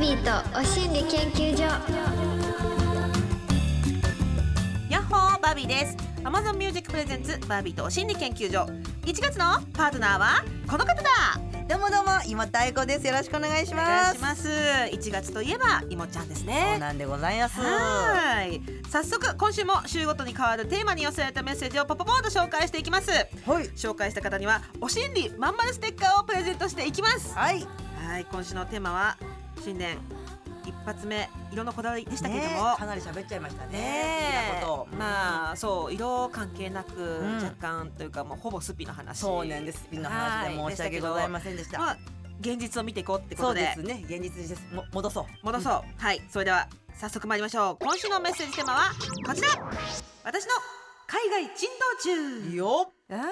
ビーとお心理研究所ヤッホーバービーです Amazon Music Presents バービーとお心理研究所1月のパートナーはこの方だどうもどうも、今太鼓です。よろしくお願いしお願まいしす。ます1月といえばいもちゃんですそうねなんでございます。はーい早速今週も週ごとに変わるテーマに寄せられたメッセージをポポポーと紹介していきますはい。紹介した方にはお心理まんまるステッカーをプレゼントしていきますはい。はい今週のテーマは新年一発目色のこだわりでしたけれども、かなり喋っちゃいましたね。ね好きなえこと。まあそう色関係なく、ん若干というかもうほぼスピの話そうなんです。ピンの話ではい申し訳ございでしませんでしたけた。どまあ現実を見ていこうってこそとうでですね。現実です。も戻そう。戻そう、はいそれでは早速参りましょう今週のメッセージテーマはこちら私の海外珍道中よっ。は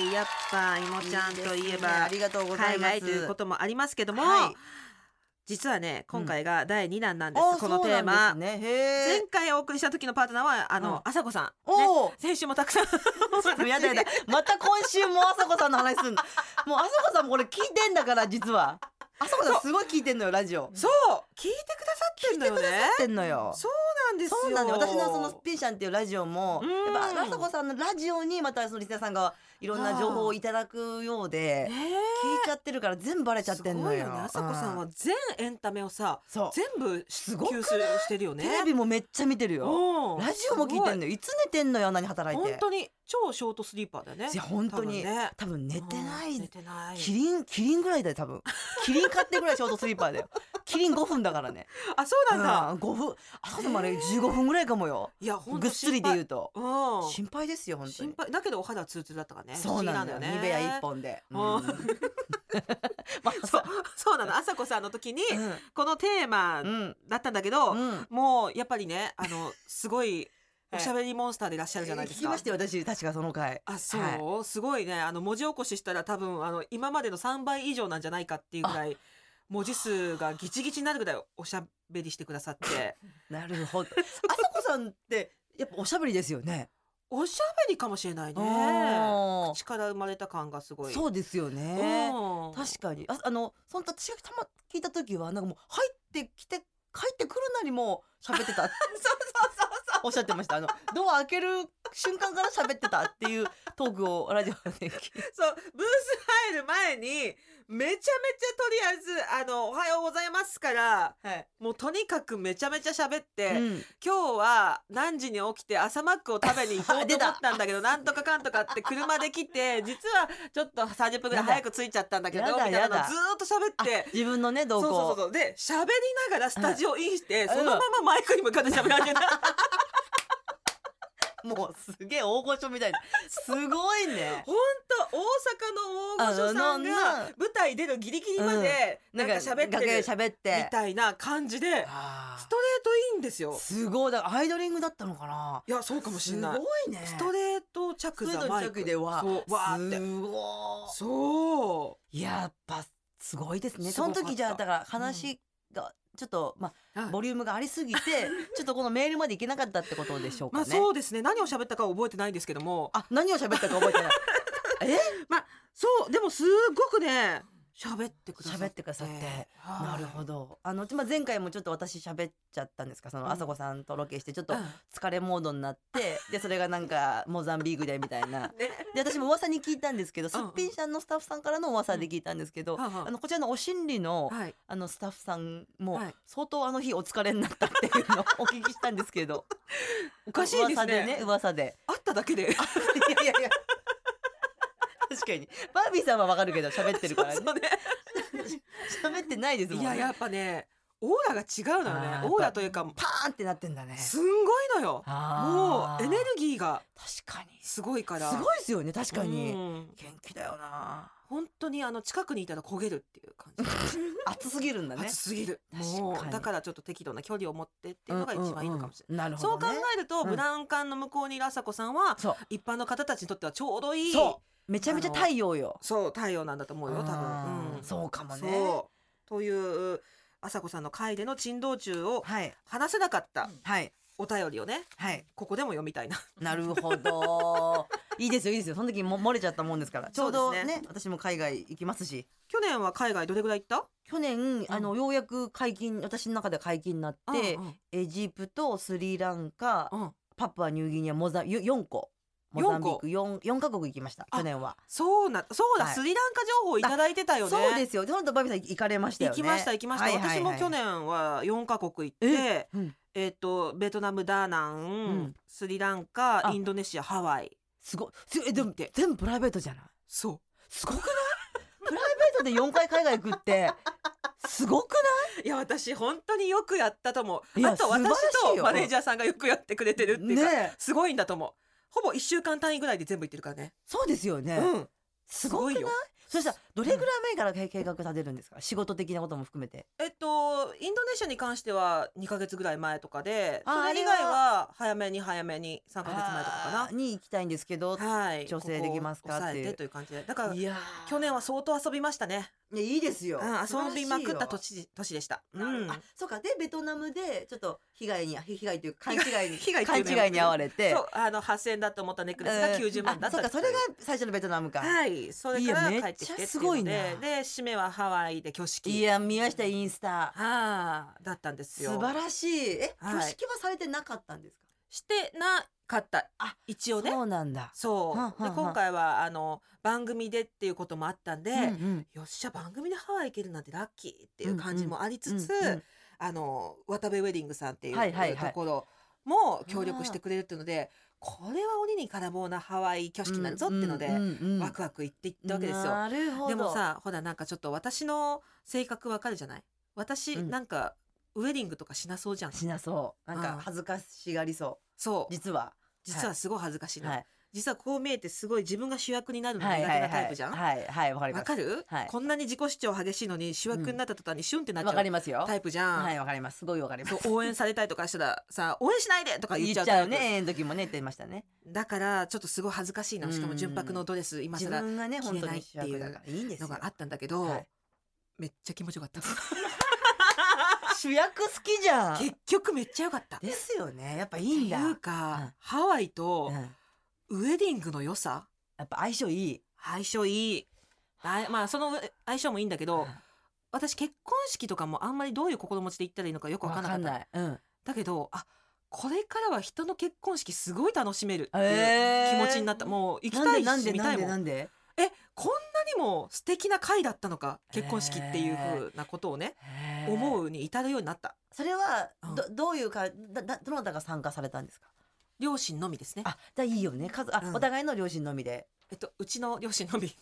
いやっぱいもちゃんといでえばすねありがとうござい海ます。外ということもありますけども、はい実はね今回が第2弾なんです、あこのテーマ、そうなんですね。へ前え。回お送りした時のパートナーはあうのん朝子さん、ね、おお。先週もたく さんお話し やだやだ。また今週もあさこさんの話すんの。もうあさこさんもこれ聞いてんだから実は。あさこさんすごい聞いてんのよラジオ。そう聞いてくださってんのよね聞いてんのよ。そうなんですよそうなんで私のその「ピンシャン」っていうラジオもうんやっぱあさこさんのラジオにまたそのリスナーさんがいろんな情報をいただくようで聞えいーちゃってるから全部バレちゃってんすのごいよ。よね朝子さんうは全エンタメをさそう全部す吸ごく収ないしてるよねテレビもめっちゃ見てるよ。うんラジオも聞いてんのよ。いつ寝てんのよあんなに働い本て。当に超ショートスリーパーだよねいや本当に多分ね多分寝てなうんい寝てないキリンキリンぐらいだよ多 分キリン買ってぐらいショートスリーパーだよキリン5分だからねあそうなんだ、うん5分あさこさんもあれ15分ぐらいかもよいや本当ぐっすりで言ううとと心配ですよ本当に心配だけどお肌はツルツルだったからねそうなんだよ不思議なニベア一本で。うんまうんあ そそうそうなの朝子さんの時にう。このテーマうん。だったんだけど、うん。もうやっぱりねあのすごい はいおしゃべりモンスターでいらっしゃるじゃないです聞きかま。したよ私確かその回。あそう、はすごいねあの文字起こししたら多分あの今までの3倍以上なんじゃないかっていうぐらい文字数がギチギチになるぐらいおしゃべりしてくださって なるほど。あさこさんってやっぱおしゃべりですよね。おしゃべりかもしれないねおー口から生まれた感がすごい。そうですよね。うん確かにああのそんた私がたま聞いた時はなんかもう入ってきて帰ってくるなりも喋ってたって そうそうそうそうおっしゃってました。あのドア開ける瞬間から喋ってたっていうトークをラジオで聞いて。そうブース入る前にめちゃめちゃとりあえずあの「おはようございます」からはい。もうとにかくめちゃめちゃ喋って、うん。今日は何時に起きて朝マックを食べに行こうと出思たったん だけどなんとかかんとかって車で来て実はちょっと30分ぐらい早く着いちゃったんだけどやだみたいなのやだずーっと喋あって。自分のねそ動う向。そうそうそうで喋りながらスタジオインして、んそのままマイクに向かって喋 り始めたもうすげえ大御所みたいな。すごいね。ほんと大阪の大御所さんがあのなな舞台出るギリギリまで なんか喋って楽屋でる喋っみて。たいな感じであーストレートいいんですよすごい。だからアイドリングだったのかな。いやそうかもしすれごないいね。ストレート着座マイクストレート着でわそうわーってすごそうい。やっぱすごいですね。すそごのかった時じゃあだから話がちょっとまあはいボリュームがありす ぎてちょっとこのメールまでいけなかったってことでしょうまかあね。そうですね何を喋ったかは覚えてないんですけどもあ何を喋ったか覚えてない。 えそうでもすごくね喋ってくださって喋ってくださってはいなるほど。あのまあ前回もちょっと私喋っちゃったんですか。そのあさこさんとロケしてちょっとうん疲れモードになって でそれがなんかモザンビークでみたいなねで私も噂に聞いたんですけどんすっぴんちゃんのスタッフさんからの噂で聞いたんですけど、ははあのこちらのお心理のはいあのスタッフさんもはい相当あの日お疲れになったっていう のをお聞きしたんですけどおかしいですね噂でね噂 で会っただけでいやいやいや確かにバービーさんはわかるけど喋ってるからねそうね喋ってないですもんいねややっぱねオーラが違うのよねあーオーラというかパーンってなってんだねすんごいのよもあうーエネルギーが確かにすすごいからごいですよね確かうにん元気だよな本当にあの近くにいたら焦げるっていう感じ暑すぎるんだね熱すぎる確かにもうだからちょっと適度な距離を持ってっていうのが一番いいのかもしれなれない。いなるそうほ考ど、ね。えると、うんブラウン管の向こうにいる朝子さんはそう一般の方たちにとってはちょうどいいそう。めちゃめちゃ太陽よ。そう太陽なんだと思うよ多分、うん、そうかもね。そうという朝子さんの回での珍道中をはい話せなかったはいお便りをねはい。ここでも読みたいななるほ ど。いいですよいいですよ。その時も漏れちゃったもんですから。ちょうどそうですね私も海外行きますし。去年は海外どれぐらい行った去年、あのようやく解禁私の中では解禁になって、うんうんエジプトスリランカ、うんパプアニューギニアモザ4個モザンビーク 4, 4カ国行きましたあ去年は。そうなそうだ、はいスリランカ情報いただいてたよねそうですよ。本当バビさん行かれましたよ行ね。きました行きました、はいはいはい私も去。年は4カ国行ってええうんっとベトナムダーナン、んスリランカあインドネシアハワイすごい。すごいでも行って全部プライベートじゃない。そすごくない？プライベートで4回海外行くってすごくなういや私本当によくやったと思いうやあと素晴ら私しいとよマネージャーさんがよくやってくれてるっい？ていうか、ねえ。すごいんだと思うほぼ1週間単位ぐらいで全部行ってるからね、そうですよね。うんすごくないよそしたらどれぐらい前から計計画立てるんですか仕事的なことも含めてえっとインドネシアに関しては2ヶ月ぐらい前とかであそれ以あ外れはは早めに早めに3ヶ月前とあかーに行きたいんですけどかなはい調整できますかここを抑えっていうてという感じでだからいや去年は相当遊びましたねいやいいですようん、遊びまくった土地年年でした。うなるんほど、あそうかでベトナムでちょっと被害に被害というか勘違いに 被害勘違いに遭われてそうあの8000だと思ったネックレスがうん90万だあっそたうっかていうそれが最初のベトナムか、はいそれかいやら帰ってきてってめっちゃすいうごいのなでで締めはハワイで挙式いや見ましたインスタはあだったんですよ素晴らしいえはい挙式はされてなかったんですか、してなかったあ一応ねそうなんだそうはんはんはんで今回はあの番組でっていうこともあったんで、うんうんよっしゃ番組でハワイ行けるなんてラッキーっていう感じもありつつ、うんうんあの渡部ウェディングさんっていうはいはいはいところも協力してくれるっていうので、これは鬼に金棒なハワイ挙式になるぞっていうので、うんうんうんワクワク行っていったわけですよ。なるほどでもさほらなんかちょっと私の性格わかるじゃない私、うんなんかウェディングとかしなそうじゃんしなそうなんうかん恥ずかしがりそうそう実は実はすごい恥ずかしいの、はい実はこう見えてすごい自分が主役になるの苦は手いはいなはタイいプじゃんわ、はいはいわかりますかる、はいこんなに自己主張激しいのに主役になった途端にシュンってなっちわゃかうりますよタイプじゃん、はいわかりますすごいわかりますそう応援されたりとかしたらさ「応援しないで!」とか言っち言ゃっうちゃタうイプねえーの時もねって言いましたねだからちょっとすごい恥ずかしいなしかも純白のドレス今自更分がね消本え当ないにって主いう役だからいいんですのよがあったんだけど、はいめっちゃ気持ちよかった主役好きじゃん結局めっちゃよかった。っですよねやっぱいていんいだううかん、ハワイうとんウェディングの良さやっぱ相性いい相性いいあまあその相性もいいんだけど私結婚式とかもあんまりどういう心持ちで行ったらいいのかよく分わかんなかかっんたないうんだけどあこれからは人の結婚式すごい楽しめるっていうえ気ー持ちになった、もう行きなたんでないんしで見なたんいでもんなんでえこんなにも素敵な回だったのか結婚式っていうふうなことをね、思ううに至るようになったそれはうんどどういうかだだどなたが参加されたんですか両親のみですねあじゃあいいよね家族あ、うんお互いの両親のみでえっとうちの両親のみ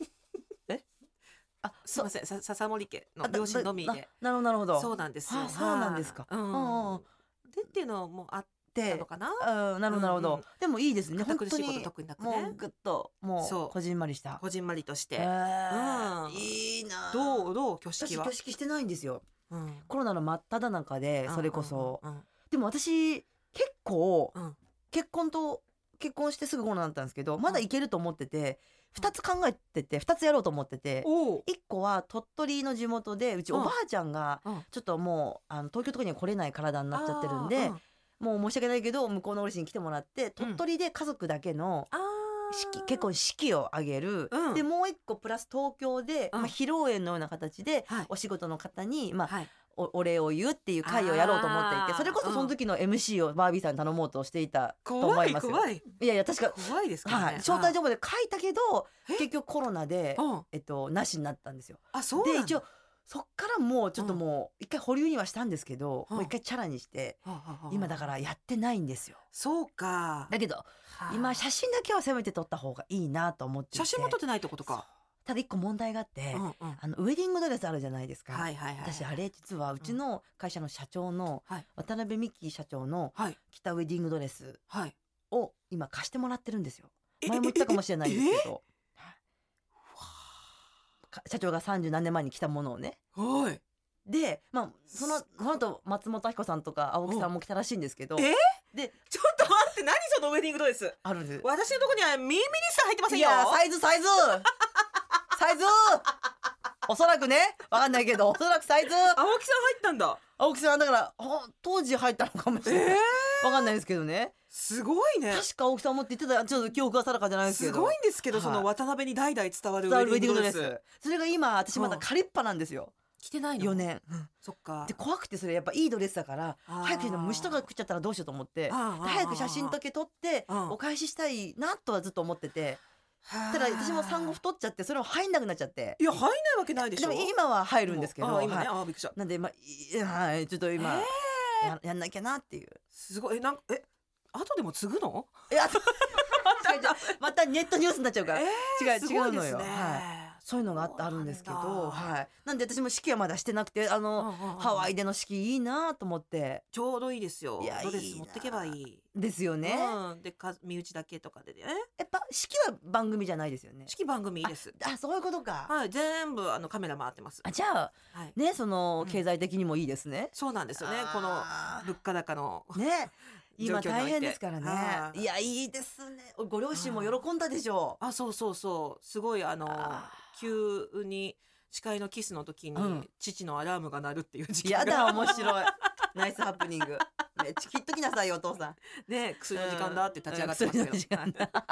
あすいそませんさ笹森家のあだ両親のみだでななるほどなるほどそううなんですよあそうなんですかはいうんうんうんでっていうのもあっでたのかなうんなるほどなるほど、うんうんでもいいですね堅本苦当しいことに特になくもねうぐっとそもううこじんまりしたこじんまりとして、へーうんいいなどううどう挙私式は挙式してないんですようんコロナの真っ只中でそれこそ、うんうんでも私結構、うん結婚と結婚してすぐコロナだったんですけどまだいけると思ってて、二2つ考えてて2つやろうと思ってて、うんおう一個は鳥取の地元でうちうんおばあちゃんがうんちょっともうあの東京とかには来れない体になっちゃってるんあーでうもう申し訳ないけど向こうのおしに来てもらって鳥取で家族だけのあー式結婚式を挙げるうんでもう一個プラス東京でうんまあ披露宴のような形ではいお仕事の方にまあはいおお礼を言うっていう会をやろうと思っていあてーそれこそその時の MC をバービーさんに頼もうとしていたと思怖いいますよ怖いいやいや確か怖いですからね、はい招待状状まで書いたけどえ結局コロナでうんえっとなしになったんですよ。あそうなんでだ一応そっからもうちょっともう一回保留にはしたんですけど、うんもう一回チャラにして、はあはあはあ今だからやってないんですよそうかだけどはあ今写真だけはせめて撮った方がいいなと思っていて写真も撮ってないってことかただ一個問題があって、うんうんあのウェディングドレスあるじゃないですか、はいはいはい私あれ実はうちの会社の社長のはい渡辺美樹社長のはい着たウェディングドレスはいを今貸してもらってるんですよえ前も言ったかもしれないですけどわか社長が三十何年前に着たものをねおいで、まあ、そのすその後松本明子さんとか青木さんも来たらしいんですけどえでちょっと待って何そのウェディングドレスあるんです私のとこにはミニミニスタ入ってませんいよやサイズサイズサイズおそらくねわかんないけどおそらくサイズ青木さん入ったんだ青木さんだからほん当時入ったのかもしえれないー、わかんないですけどねすごいね確か青木さんもって言ってたちょっと記憶が定かじゃないですけすどごいんですけど、はいその渡辺に代々伝わるウ伝わェるウェデディィングングドドレレススそれが今私まだうん仮っぱなんですよ着てないの4年そっかで怖くてそれやっぱいいドレスだからあー早く着ない虫とか食っちゃったらどうしようと思ってあーあー早く写真だけ撮ってうんお返ししたいなとはずっと思っててはあただ私も産後太っちゃってそれも入んなくなっちゃっていや入んないわけないでしでょも今は入るんですけどあ今はね、いあびっくりしたなんでまあいいはいちょっと今えややんなきゃなっていうすごいえなんかえ後でも継ぐのい や違う違うまたネットニュースになっちゃうから違う違すごういでのすよねはいそういうのがあっそうなあんだるんですけどはいなんで私も式はまだしてなくてあうんのうんうんハワイでの式いいなと思ってちょうどいいですよいやドレいいスな持ってけばいいですよねうん、でか身内だけとかでねやっぱ式は番組じゃないですよね式番組いいですあそういうことかはい全部あのカメラ回ってますあじゃあはいねそのうん経済的にもいいですね、そうなんですよねこのあー物価高のね今 状況において大変ですからはねいいやいいですねご両親も喜んだでしょあそうそうそうすごいあのあ急に司会のキスの時に、うん父のアラームが鳴るっていう時う期がやだ面白いナイスハプニングめっちゃ切っときなさいよお父さん ね薬の時間だって立ち上がってまうん薬の時したけど、間っだ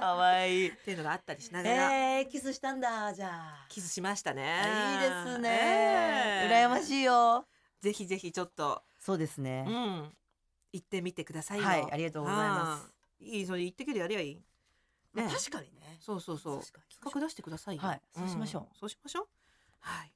かわいいていうのがあったりしながら、えー、キスしたんだじゃあキスしましたねいいですね、ええ羨ましいよぜひぜひちょっと、そうですねうん、行ってみてくださいよはいありがとうございますいいそれ行ってくるやりゃいいね確かにねそうそうそう確かに企画出してくださいよはいそうしましょうんそうしましょうはい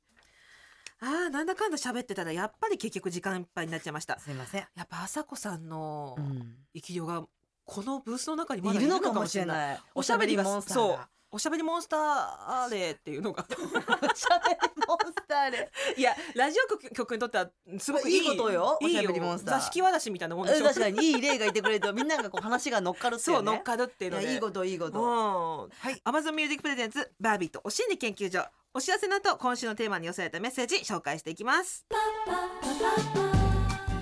あーなんだかんだ喋ってたらやっぱり結局時間いっぱいになっちゃいましたすいません、やっぱ朝子さんのうん生き量がこのブースの中にまだいいるるののかかももししれれないないおしゃべりがモンスターそうがおしゃべりモンスターアレーっていう のがおしゃべりモンスター でいやラジオ局局にとってはすごくいいいいことよいいおしゃべりモンスター座敷わらしみたいなもんでしょ確かにいい例がいてくれるとみんながこう話が乗っかるっていそううね乗っかるっていうのいやでいいこといいことうんはいアマゾンミュージックプレゼンツバービーとお心理研究所お知らせの後今週のテーマに寄せられたメッセージ紹介していきます。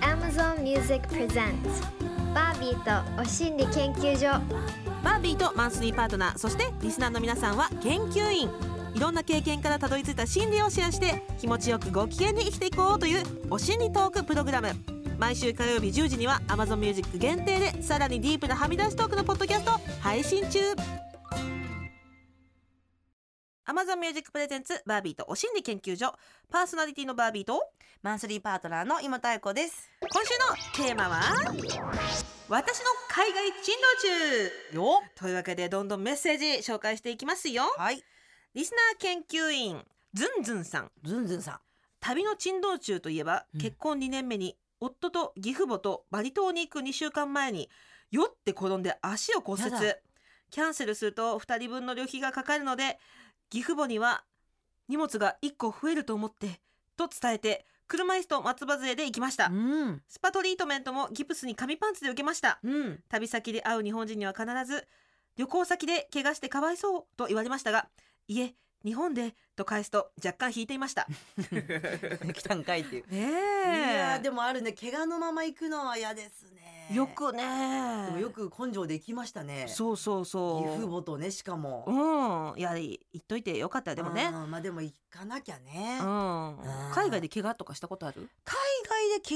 Amazon Music Presents バービーとお心理研究所バービーとマンスリーパートナーそしてリスナーの皆さんは研究員いろんな経験からたどり着いた心理をシェアして気持ちよくご機嫌に生きていこうというお心理トークプログラム毎週火曜日10時には Amazon ミュージック限定でさらにディープなはみ出しトークのポッドキャストを配信中 Amazon ミュージックプレゼンツバービーとお心理研究所パーソナリティのバービーとマンスリーパートナーの今太子です今週のテーマは私の海外珍道中よというわけでどんどんメッセージ紹介していきますよはいリスナー研究員ズンズンさんズンズンさん旅の珍道中といえば、うん結婚2年目に夫と義父母とバリ島に行く2週間前に酔って転んで足を骨折やだキャンセルすると2人分の旅費がかかるので義父母には荷物が1個増えると思ってと伝えて車椅子と松葉杖で行きましたうん スパトリートメントもギプスに紙パンツで受けましたうん旅先で会う日本人には必ず旅行先で怪我してかわいそうと言われましたがいえ日本でと返すと若干引いていました来たんかいっていうねいやえーでもあるね怪我のまま行くのは嫌ですねよくねでもよく根性で行きましたねそうそうそう義父母とねしかもうんいや言っといてよかったよでもねうんまあでも行かなきゃねうん海海外で怪我とかしたことある外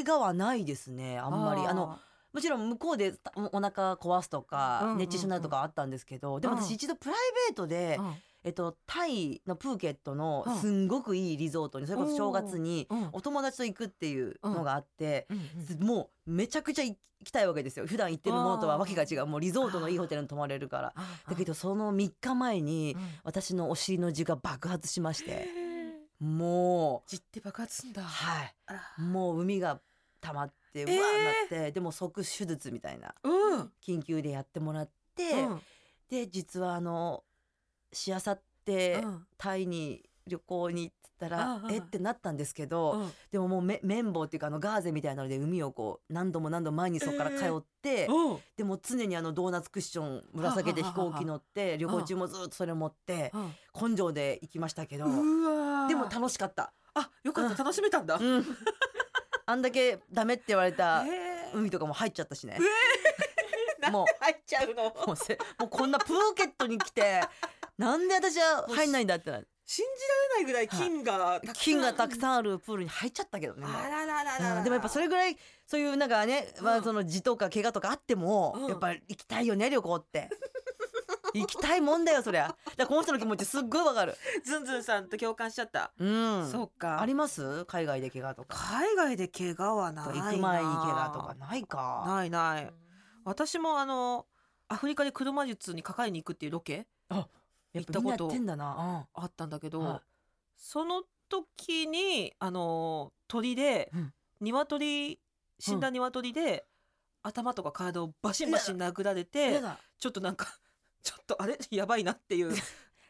で怪我はないですねあんまりあのーもちろん向こうでたお腹壊すとか、うんうんうん熱中症になるとかあったんですけどでもうん私一度プライベートで、うんえっと、タイのプーケットのうんすんごくいいリゾートにそれこそ正月にうんお友達と行くっていうのがあって、うんもうめちゃくちゃ行きたいわけですよ普段行ってるものとはわけが違うもうリゾートのいいホテルに泊まれるから。だけどその3日前にうん私のお尻の血が爆発しましてもじって爆発すんだうはいあらもう海が溜まってうわーえーなってでも即手術みたいなうん緊急でやってもらって、うんで実はあのしあさってうんタイに旅行に行ってたうらんうんえってなったんですけど、うんでももうめ綿棒っていうかあのガーゼみたいなので海をこう何度も何度も前にそこから通って、うんでも常にあのドーナツクッションぶら下げて飛行機乗って旅行中もずっとそれ持って根性で行きましたけどうわでもた楽しかった。あよかうっんた楽しめたんだ、うんあんだけダメって言われ たへー海とかも入っちゃったしね。なんもうで入っちゃうのもうせもうこんなプーケットに来 てなんで私は入んないんだってな信じられないぐらい金がたくさん金がたくさんあるプールに入っちゃったけどねもうあららららうんでもやっぱそれぐらいそういうなんかね、まうあ、んその地とか怪我とかあっても、うんやっぱり行きたいよね旅行って行きたいもんだよそりゃだからこの人の気持ちすっごいわかるズンズンさんと共感しちゃった、うんそうかあります海外で怪我とか海外で怪我はないな行く前に怪我とかないかないない私もあのアフリカで車術にかかりに行くっていうロケや行っっぱたことみんなやってんだなあったんだけど、はいその時にあの鳥で、うん鶏死んだ鶏で、頭とか体をバシンバシン殴られうんてやだちょっとなんか ちょっとあれやばいなっていう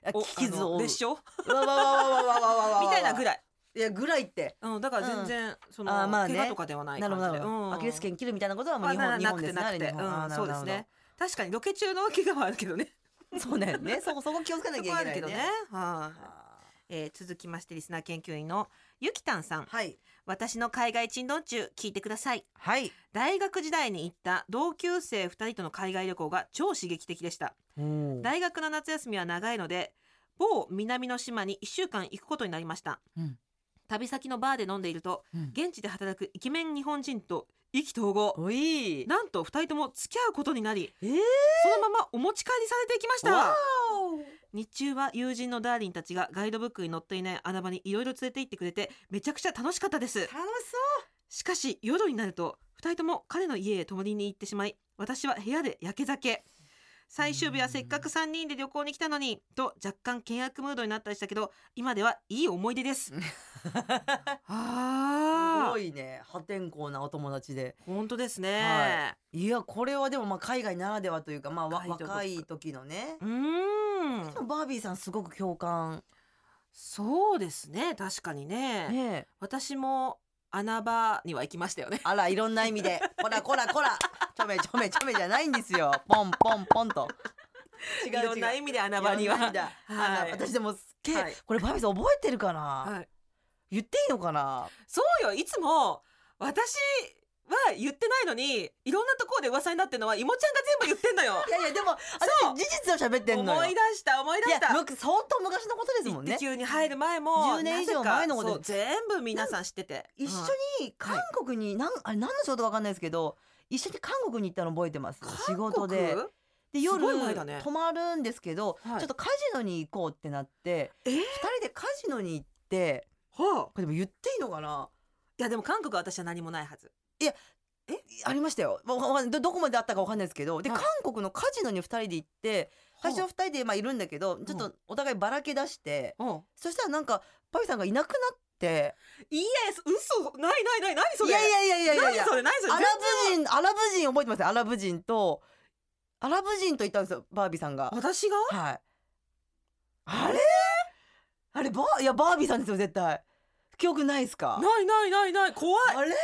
あお聞き傷あをの負でしょうわわわわわわわわわみたいなぐららい、いいやぐらいってうん、だから全然、その、あーまあね怪我とかではないな感るじほでどなるほどうんアキレス腱切るみたいなことはもうあ日な本日な本くでてすねなあくれて、日本あうーなん、るそほうどですねなる確かにロケ中の怪我はあるけどねほど そうだよ ねそこそこ気をつけなきゃいけないそこはあるけどね、はいあえー続きましてリスナー研究員のゆきたんさんーはい私の海外珍道中聞いてくださいはい大学時代に行った同級生2人との海外旅行が超刺激的でしただ大学の夏休みは長いので某南の島に1週間行くことになりました、うん旅先のバーで飲んでいるとうん現地で働くイケメン日本人と意気投合おいなんと2人とも付き合うことになりえーそのままお持ち帰りされていきましわた日中は友人のダーリンたちがガイドブックに載っていない穴場にいろいろ連れて行ってくれてめちゃくちゃ楽しかったです楽しそしかし夜になると2人とも彼の家へ泊まりに行ってしまい私は部屋で焼け酒最終日はせっかく3人で旅行に来たのにと若干険悪ムードになったりしたけど今ではいい思い 出ですうすあごーいね破天荒なお友達で本当ですね、はいいやこれはでもまあ海外ならではというかまあわガイドブック若い時のねうーんでもバービーさんすごく共感そうですね確かにねねえ私も穴場には行きましたよねあらいろんな意味でこらこらこらちょめちょめちょめじゃないんですよポンポンポンと 違いろんな意味で穴場にいろんはな意味だあはのい私でもすっげえ、はいこれバービーさん覚えてるかな、はい、言っていいのかなそうよいつも私は言ってないのにいろんなところで噂になってるのは芋ちゃんが全部言ってんのよいやいやでもそう私事実を喋ってんのよ思い出した思い出いやした僕相当昔のことですもんね一級に入る前も10年以上前のことなぜかそう全部皆さん知ってて一緒に韓はい国に、なんあれ何の仕事かわかんないですけど一緒に韓国に行ったの覚えてます仕事で韓です夜ごい前だね泊まるんですけど、はいちょっとカジノに行こうってなってえー二人でカジノに行って国はあこれでも言っていいのかないやでも韓国は私は何もないはずありましたよ、まあわかんないどどこまであったかわかんないですけどで、はい韓国のカジノに二人で行って最初は二人でまあいるんだけどちょっとお互いばらけ出して、あうんそしたらなんかパビさんがいなくなっていや嘘ないないない何それいやいやいやいやいやいや何それ何それアラブ人アラブ人覚えてますアラブ人とアラブ人と言ったんですよバービーさんが私がはいあれあれバーいやバービーさんですよ絶対記憶ないですかないないないない怖いあれ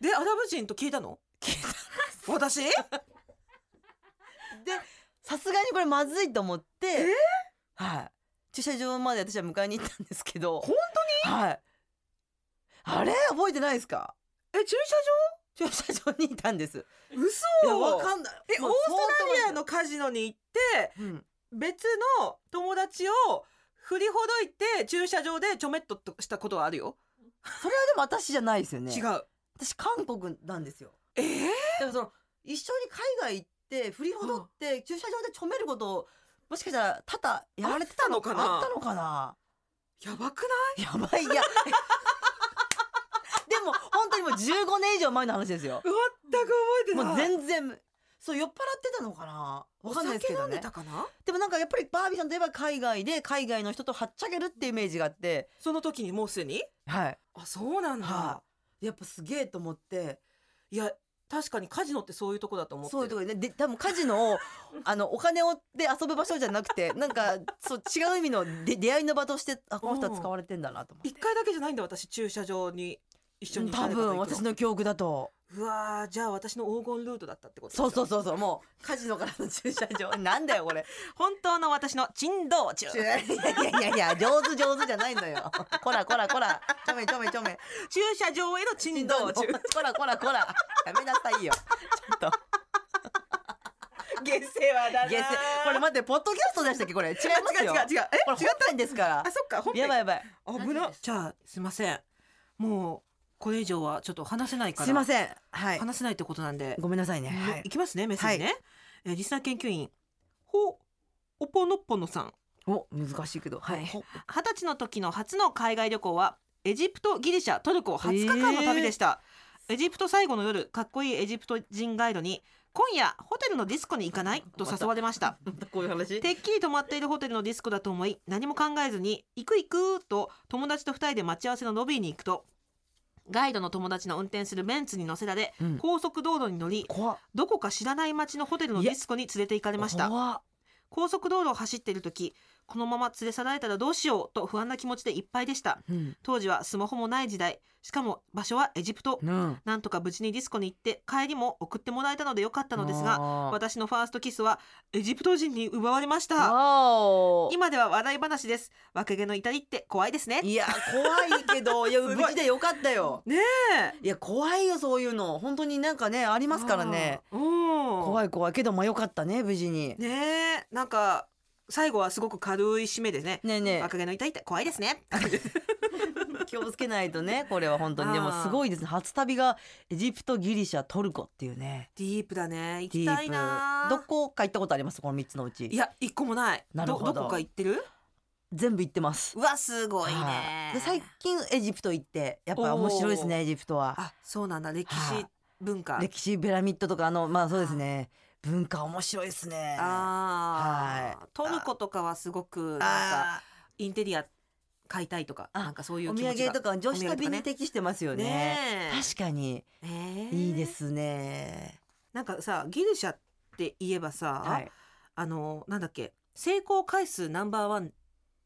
でアラブ人と聞いたの聞い私さすがにこれまずいと思ってはい駐車場まで私は迎えに行ったんですけど本当にはいあれ覚えてないですかえ駐駐車場にいたんです車場嘘いやわかんないえ、まあオーストラリアのカジノに行ってうん別の友達を振りほどいて駐車場でちょめっとしたことはあるよ、それはでも私じゃないですよね違う私韓国なんですよえー、だからその一緒に海外行って振りほどって駐車場でちょめることをもしかしたら多々やられてたのあったのかなあったのかなやばくやばい いやでも本当にもう15年以上前の話ですよない全く覚えてないもう全然そう酔っ払ってたのかなわかんないですけおど酒飲んねでたかなでもなんかやっぱりバービーさんといえば海外で海外の人とはっちゃけるっていうイメージがあってその時にもうすでにはいあそうなんだ、はやっぱすげえと思ってい、や確かにカジノってそういうとこだと思ってそういうところでねで多分カジノ をあのお金をで遊ぶ場所じゃなくてなんかそう違う意味ので出会いの場としてあこの人は使われてんだなと思って一回だけじゃないんだ私駐車場に一緒に多誰かと行分く私の記憶だとうわーじゃあ私の黄金ルートだったってことですそようそうそうそうもう カジノからの駐車場なんだよこれ本当の私の珍道中いやいやいやいや上手上手じゃないのよこらこらこらちょめちょめちょめ駐車場への珍道中こらこらこらやめなさいよちょっと下世話だなゲスこれ待ってポッドキャストでしたっけこれ違いますよ違う違う違うえこれ本編ですからあそっか本編やばいやばい危な何ですじゃあすいませんもうこれ以上はちょっと話せないからすいませんはい話せないってことなんで、ごめんなさいねい、きますねメッセージね、えーリスナー研究員ほおぽのっぽのさんお難しいけどはい二十歳の時の初の海外旅行はエジプトギリシャトルコ20日間の旅でした、エジプト最後の夜かっこいいエジプト人ガイドに今夜ホテルのディスコに行かないと誘われましたこういう話てっきり泊まっているホテルのディスコだと思い何も考えずに「行く行く」と友達と2人で待ち合わせのロビーに行くとガイドの友達の運転するベンツに乗せられ、うん高速道路に乗り怖っどこか知らない町のホテルのディスコに連れて行かれました怖っ高速道路を走っている時このまま連れ去られたらどうしようと不安な気持ちでいっぱいでしたうん当時はスマホもない時代しかも場所はエジプトななんとか無事にディスコに行って帰りも送ってもらえたのでよかったあのですがわ私のファーストキスはエジプト人に奪われましたお今では笑い話です若気の至りって怖いですねいや怖いけどいや すごい無事でよかったよねえいや怖いよそういうの本当になんかねありますからね怖怖いい怖いけどまあよかったね無事にねえなんか最後はすごく軽い締めですねねえねえ若気の至りって怖いですね気をつけないとねこれは本当にであもーすごいですね初旅がエジプトギリシャトルコっていうねディープだね行ディきープたいなどこか行ったことありますこの三つのうちいや一個もないなるほどどこか行ってる全部行ってますうわすごいはねいで最近エジプト行ってやっぱ面白いですおねエジプトはあそうなんだ歴は史い文化歴史ピラミッドとかあのまあそうですね文化面白いですねあはあいトルコとかはすごくなんかあインテリア買いたいとかあなんかそういーうお気土持ち産がとか女子旅お土産にとか適してますよねねえ確かにねえいいですね、なんかさギリシャって言えばさ、はいあのなんだっけ成功回数ナンバーワン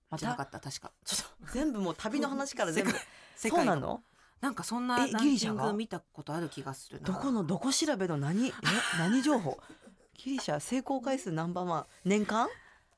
まじゃなかたった確かちょっと全部もう旅の話から全部世そう界なのなんかそんなラえンギリキシャンがグ見たことある気がするなどこのどこ調べの何 え何情報ギリシャ成功回数ナンバーワン年間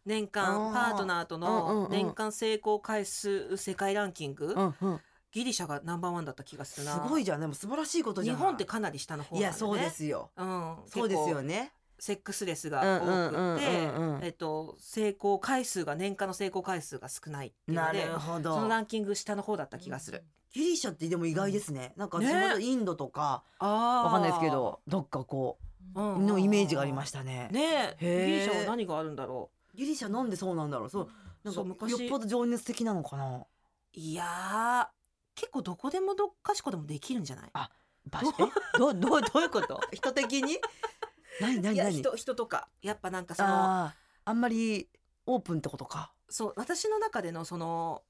年間あパーートナーとうんうんのうん年間成功回数世界ランキング、んうんギリシャがナンバーワンだった気がすするなごいじゃんでも素晴らしいことじ日ゃん本ってかなり下の方いなんだ、やね、そうですようん、そうですよねねセックスレスが多くて、うんうんうんうんうんえっと成功回数が年間の成功回数が少ないっていうのなるでほどそのランキング下の方だった気がする、ギリシャってでも意外ですねなんか私ねまだインドとかああわかんないですけ、どどっかこうのイメージがありましたねねへええギリシャは何があるんだろギリシャなんでそうなんだろうそうなんそうか昔よっぽど情熱的なのかなういやー結構どこでもどっかしこでもできるんじゃないあ場所え どどどういうこと 人的に何い何や何人人とかやっぱなんかそのあーあんまりオープンってことかそう私の中でのその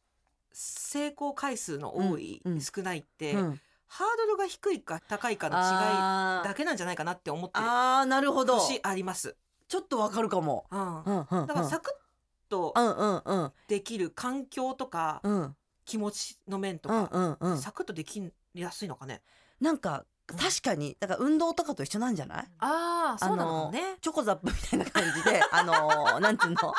成功回数の多い、うんうん少ないって、うんハードルが低いか高いかの違あいだけなんじゃないかなって思ってるあーなるほど節ちあります、ょっとわかるかもうんうんうんうんだからサクッとうんうんうんできる環境とかうん気持ちの面とうんかうんうんサクッとできやすいのかね。なんかうん確かにだから運動とかと一緒なんじゃないああーそうなのかもね。チョコザップみたいな感じで あのーなんていうの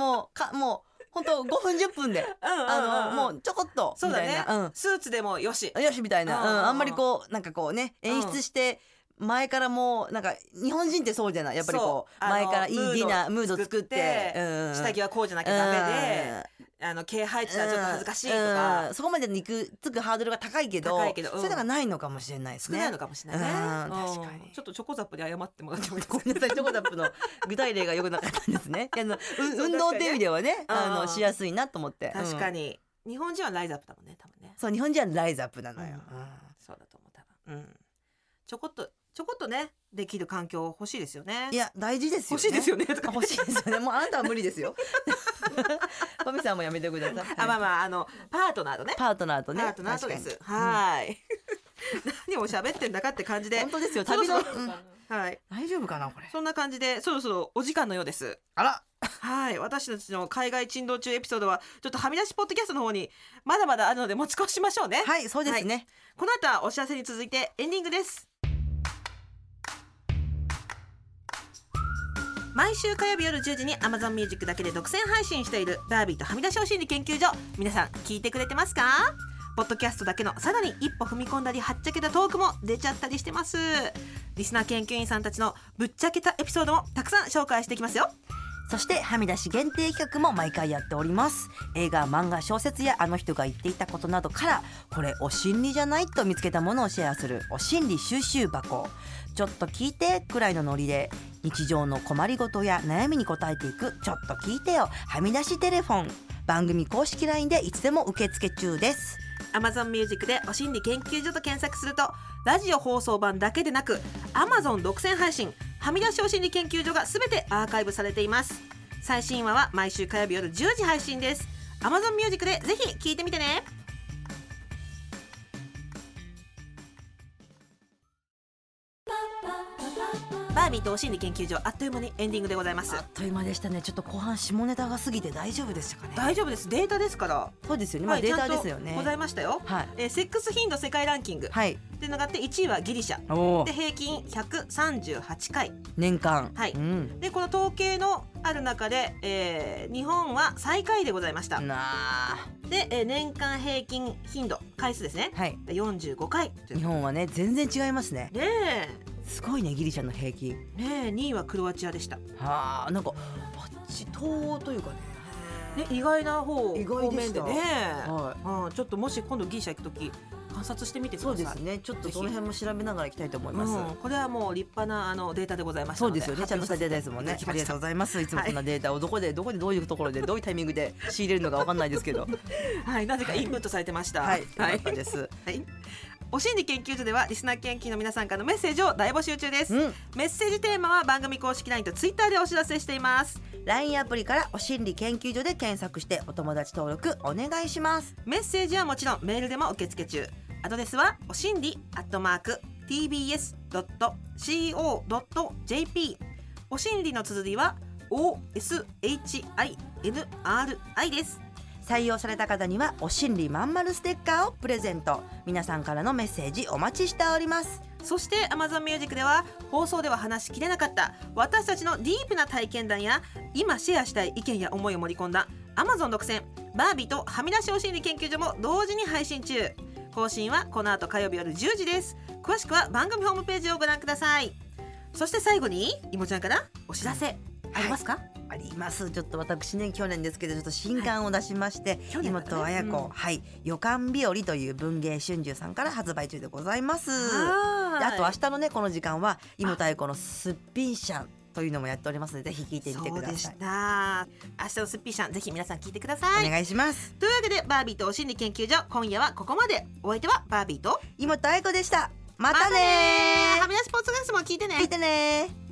もうかもう本当5分10分であのもうちょこっとそうみだたいねな、スーツでもよしう。んよしみたいな、うんうんううんん、あんまりこうなんかこうね演出して前からもうなんか日本人ってそうじゃないやっぱりこそううあの前からいいディナームムーードド作って作って下着はこうじゃなだきゃダメで、あの毛生えてたらちょっと恥ずかしいとかそこまでに行くつくハードルが高いけど高いけどうんそういうのがないのかもしれないです少ね。ないのかもしれないね。うんうん確かにちょっとチョコザップで謝ってもらってもいいですごか。めんなさい、チョコザップの具体例が良くなかったんです ね。いやあのう運動っていう意味ではね、あうんのしやすいなと思って。確かうんに日本人はライズアップだもんね多分ね。そう日本人はライズアップなのよ。ううんそうだと思う多分。うん。ちょこっとちょこっとねできる環境欲しいですよね。いや大事ですよ、ね。欲しいですよねとかあ。欲しいですよね。もうあなたは無理ですよ。パミさんもやめて ください。あまあまああのパートナーとね。パートナーとね。パートナーとで確す。はーい。 何を喋ってんだかって感じかにで本、当ですよ。そろ旅その、ろうんはい。大丈夫かなこれ。そんな感じでそろそろお時間のようです。あら。はい。私たちの海外珍道中エピソードはちょっとはみ出しポッドキャストの方にまだまだあるので持ち越しましょうね。はいそうですね。この後はお知らせに続いてエンディングです。毎週火曜日夜10時に Amazon Music だけで独占配信しているダービーとはみ出しお心理研究所皆さん聞いてくれてますかポッドキャストだけのさらに一歩踏み込んだりはっちゃけたトークも出ちゃったりしてますリスナー研究員さんたちのぶっちゃけたエピソードもたくさん紹介していきますよそしてはみ出し限定企画も毎回やっております映画漫画小説やあの人が言っていたことなどからこれお心理じゃないと見つけたものをシェアするお心理収集箱ちょっと聞いてくらいのノリで日常の困りごとや悩みに答えていくちょっと聞いてよはみ出しテレフォン番組公式 LINE でいつでも受付中です Amazon Music でお心理研究所と検索するとラジオ放送版だけでなく Amazon 独占配信はみ出しお心理研究所が全てアーカイブされています最新話は毎週火曜日夜10時配信です Amazon Music でぜひ聞いてみてねバービーとお心理研究所あっという間にエンディングでございますあっという間でしたねちょっと後半下ネタが過ぎて大丈夫でしたかね大丈夫ですデータですからそうですよね、まあ、データですよちゃんねとございましたよ、はいえーセックス頻度世界ランキングはいっていうのがあって1位はギリシャおで平均138回年間はいうん、でこの統計のある中で、えー日本は最下位でございましたで、なあえー年間平均頻度回数ですねはい45回という日本はね全然違いますねねすごいねギリシャの平均えねえ2位はクロアチアでした、ね、はあなんかあっち東欧というかね意外な方意外でした方面でね、はうん、ちょっともし今度ギリシャ行く時観察してみていくださそいうですねちょっとぜひその辺も調べながらいきたいと思います、うん、これはもう立派なあのデータでございましたそのうでですよねちゃんとしたデータですもん ね発あ表りがさせてとうございますいつもはいそんなデータをどこでどこでどういうところでどういうタイミングで仕入れるのかわかんないですけどいただきましたはいなぜかインプットされてまし たはいよかったです、はい。お心理研究所ではリスナー研究の皆さんからのメッセージを大募集中です。うんメッセージテーマは番組公式 LINE と Twitter でお知らせしています。 LINE アプリからお心理研究所で検索してお友達登録お願いしますメッセージはもちろんメールでも受付中。アドレスはお心理アットマーク tbs.co.jp お心理の綴りは oshinri です。採用された方にはお心理まんまるステッカーをプレゼント皆さんからのメッセージお待ちしておりますそして Amazon Music では放送では話しきれなかった私たちのディープな体験談や今シェアしたい意見や思いを盛り込んだ Amazon 独占バービーとはみ出しお心理研究所も同時に配信中更新はこの後火曜日夜10時です詳しくは番組ホームページをご覧くださいそして最後にいもちゃんからお知らせありますか、ありますちょっと私ね去年ですけどちょっと新刊を出しまして「去年だね妹綾子、うんはい予感日和」という文芸春秋さんから発売中でございますはーいであと明日のねこの時間は妹綾子の「すっぴんしゃん」というのもやっておりますのでぜひ聞いてみてくださそういでし。た明日のすっぴんしゃんぜひ皆さん聞いてくださいお願いしますというわけでバービーとお心理研究所今夜はここまでお相手はバービーと妹愛子でしたままたたねねーはみ出しポッドキャストも聞いてねー聞いてねー